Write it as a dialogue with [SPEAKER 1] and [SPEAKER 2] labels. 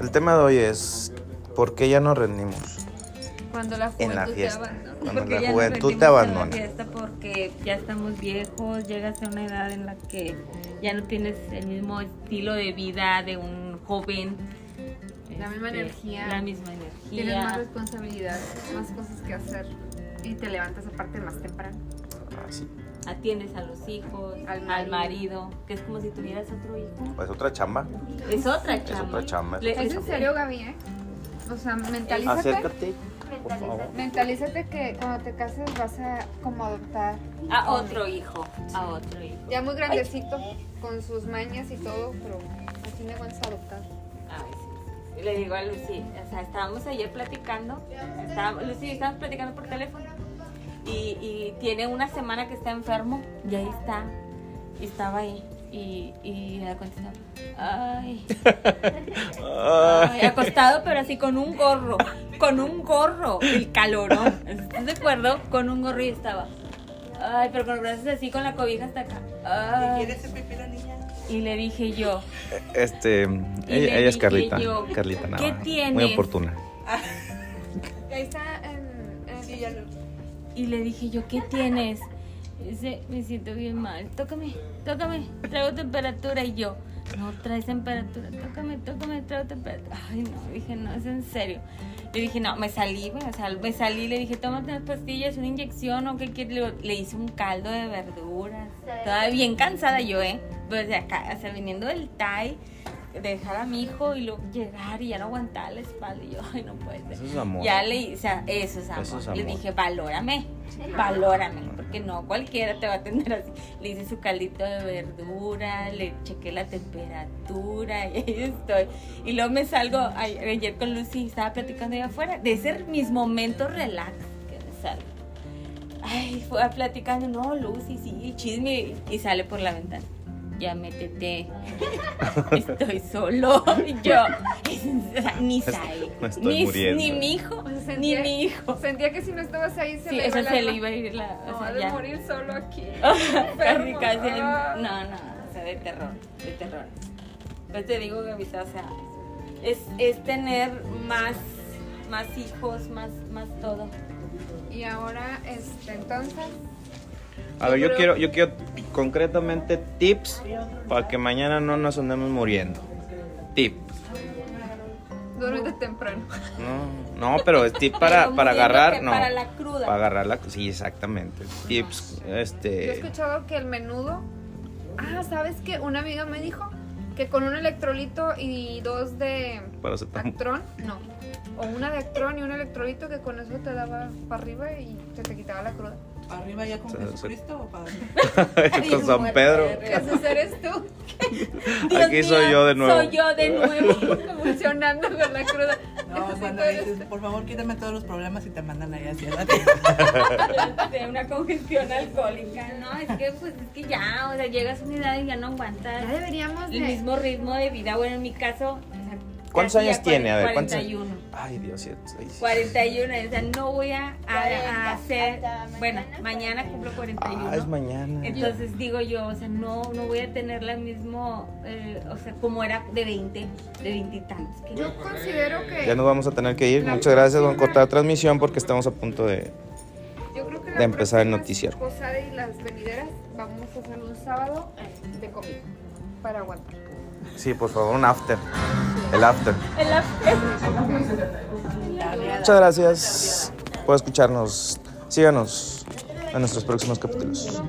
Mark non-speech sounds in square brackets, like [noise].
[SPEAKER 1] el tema de hoy es ¿por qué ya no rendimos?
[SPEAKER 2] Cuando la juventud
[SPEAKER 1] En la fiesta,
[SPEAKER 2] te abandona.
[SPEAKER 1] cuando
[SPEAKER 2] Porque
[SPEAKER 1] la
[SPEAKER 2] ya nos
[SPEAKER 1] juventud te
[SPEAKER 2] metimos a la
[SPEAKER 1] abandona.
[SPEAKER 2] fiesta porque ya estamos viejos, llegas a una edad en la que ya no tienes el mismo estilo de vida de un joven. Este,
[SPEAKER 3] La misma energía.
[SPEAKER 2] La misma
[SPEAKER 3] Tienes más
[SPEAKER 2] energía.
[SPEAKER 3] responsabilidad, más cosas que hacer. Y te levantas aparte más temprano.
[SPEAKER 1] Así.
[SPEAKER 2] Atiendes a los hijos, al
[SPEAKER 3] Al
[SPEAKER 2] marido.
[SPEAKER 3] marido.
[SPEAKER 2] que es como si tuvieras otro hijo.
[SPEAKER 1] Pues otra chamba.
[SPEAKER 2] Es otra chamba.
[SPEAKER 1] otra chamba, es
[SPEAKER 2] Le-
[SPEAKER 3] Es en serio, Gaby, ¿eh? O sea, mentalízate.
[SPEAKER 1] Acércate, por favor.
[SPEAKER 3] Mentalízate que cuando te cases vas a como adoptar
[SPEAKER 2] A otro hijo. A otro hijo.
[SPEAKER 3] Ya muy grandecito, con sus mañas y todo, pero al fin de cuentas adoptar.
[SPEAKER 2] Ay, sí, sí. Y le digo a Lucy, o sea, estábamos ayer platicando, estábamos, Lucy, estábamos platicando por teléfono y, y tiene una semana que está enfermo y ahí está, y estaba ahí y, y le contestaba, ay, ay, acostado pero así con un gorro, con un gorro, el calorón, ¿estás de acuerdo? Con un gorro y estaba, ay, pero con los brazos así, con la cobija hasta acá, ay. Y le dije yo,
[SPEAKER 1] Este,
[SPEAKER 2] le
[SPEAKER 1] ella, ella es
[SPEAKER 2] dije
[SPEAKER 1] Carlita.
[SPEAKER 2] yo,
[SPEAKER 1] Carlita Nava,
[SPEAKER 2] ¿qué tienes?
[SPEAKER 1] Muy oportuna.
[SPEAKER 3] Ahí está en. en- [laughs]
[SPEAKER 2] Y le dije yo, ¿qué tienes? Dice, me siento bien mal. Tócame, tócame, traigo temperatura. Y yo, no traes temperatura, tócame, tócame, traigo temperatura. Ay, no, dije, no, es en serio. Le dije, no, me salí, me, sal- me salí. Le dije, tómate unas pastillas, una inyección o qué quieres. Le, le hice un caldo de verduras. Estaba bien cansada yo, ¿eh? Pero de acá, o sea, viniendo del Thai, dejar a mi hijo y luego llegar y ya no aguantar la espalda. Y yo, ay, no puede ser.
[SPEAKER 1] Eso es amor.
[SPEAKER 2] Ya le, o sea, eso es amor.
[SPEAKER 1] Eso es
[SPEAKER 2] Le
[SPEAKER 1] amor.
[SPEAKER 2] dije, valórame, valórame, porque no cualquiera te va a atender así. Le hice su caldito de verdura, le chequé la temperatura y ahí estoy. Y luego me salgo a- ayer con Lucy, estaba platicando ahí afuera, de ese mis momentos relax que me salgo. Ay, fue platicando, no, Lucy, sí, el chisme y sale por la ventana.
[SPEAKER 1] [laughs]
[SPEAKER 2] Ya métete, estoy solo. Y Yo, [laughs] o sea, ni sabe,
[SPEAKER 1] me estoy
[SPEAKER 2] ni,
[SPEAKER 1] muriendo.
[SPEAKER 2] ni mi hijo,
[SPEAKER 3] O sea,
[SPEAKER 2] ni
[SPEAKER 3] sentía-
[SPEAKER 2] mi hijo.
[SPEAKER 3] Sentía que si no estabas ahí se
[SPEAKER 2] Sí,
[SPEAKER 3] le iba
[SPEAKER 2] eso
[SPEAKER 3] el
[SPEAKER 2] se le
[SPEAKER 3] alma.
[SPEAKER 2] iba a ir la. o
[SPEAKER 3] No,
[SPEAKER 2] sea,
[SPEAKER 3] ha de
[SPEAKER 2] ya. [laughs]
[SPEAKER 3] morir solo aquí.
[SPEAKER 2] casi,
[SPEAKER 3] enfermo.
[SPEAKER 2] casi.
[SPEAKER 3] Ah.
[SPEAKER 2] No, no, o sea, de terror, de terror. Pero te digo, Gaby, o sea, es, es tener más, más hijos, más, más todo.
[SPEAKER 3] [laughs] Y ahora, este, entonces,
[SPEAKER 1] A ver, yo quiero, yo quiero concretamente tips para que mañana no nos andemos muriendo. Tips.
[SPEAKER 3] duérmete temprano.
[SPEAKER 1] No, no, pero es
[SPEAKER 2] [laughs]
[SPEAKER 1] tip para,
[SPEAKER 2] Pero
[SPEAKER 1] para
[SPEAKER 2] muriéndote
[SPEAKER 1] agarrar, no.
[SPEAKER 2] Para la cruda.
[SPEAKER 1] Para agarrar la, sí, exactamente. Tips,
[SPEAKER 3] Yo he
[SPEAKER 1] este,
[SPEAKER 3] escuchado que el menudo. Ah, ¿sabes qué? Una amiga me dijo que con un electrolito y dos de
[SPEAKER 1] para aceptar.
[SPEAKER 3] Actron, no. O una de Actron y un electrolito que con eso te daba para arriba y se te quitaba la cruda.
[SPEAKER 4] ¿Arriba ya con
[SPEAKER 1] Sí, sí.
[SPEAKER 4] Jesucristo o para arriba?
[SPEAKER 1] Con San Pedro.
[SPEAKER 3] Jesús eres tú [laughs]
[SPEAKER 2] Dios
[SPEAKER 1] Aquí soy
[SPEAKER 2] mío,
[SPEAKER 1] yo de nuevo.
[SPEAKER 2] Soy yo de
[SPEAKER 1] [laughs]
[SPEAKER 2] nuevo.
[SPEAKER 3] convulsionando con la cruda.
[SPEAKER 4] No,
[SPEAKER 3] Jesús,
[SPEAKER 4] cuando
[SPEAKER 3] tú eres
[SPEAKER 4] dices, por favor, quítame todos los problemas y te mandan ahí hacia la
[SPEAKER 2] de una congestión alcohólica. No, es que pues es que ya, o sea, llegas a una edad y ya no aguantas
[SPEAKER 3] Ya deberíamos
[SPEAKER 2] el
[SPEAKER 3] de.
[SPEAKER 2] mismo ritmo de vida. Bueno, en mi caso, o sea,
[SPEAKER 1] ¿Cuántos
[SPEAKER 2] casi
[SPEAKER 1] años
[SPEAKER 2] ya
[SPEAKER 1] tiene? A ver, ¿cuántos años?
[SPEAKER 2] 41.
[SPEAKER 1] Ay, Dios, sí, sí, sí.
[SPEAKER 2] 41, o sea, no voy a, a- a
[SPEAKER 5] Cuarenta,
[SPEAKER 2] hacer.
[SPEAKER 5] hasta
[SPEAKER 2] Bueno,
[SPEAKER 5] mañana
[SPEAKER 2] mañana cumplo 41.
[SPEAKER 1] Ah, es mañana.
[SPEAKER 2] Entonces digo yo, o sea, no, no voy a tener la misma, eh, o sea, como era de 20, de 20 y tantos. que
[SPEAKER 3] Yo considero que.
[SPEAKER 1] Ya nos vamos a tener que ir. Muchas gracias, don cortar transmisión porque estamos a punto de.
[SPEAKER 3] Yo creo que la
[SPEAKER 1] de empezar el
[SPEAKER 3] próxima
[SPEAKER 1] noticiero.
[SPEAKER 3] Posada y las venideras vamos a hacer un sábado de comida para aguantar.
[SPEAKER 1] Sí, por favor, un after. El after.
[SPEAKER 2] El after.
[SPEAKER 1] Muchas gracias por escucharnos. Síganos a nuestros próximos capítulos.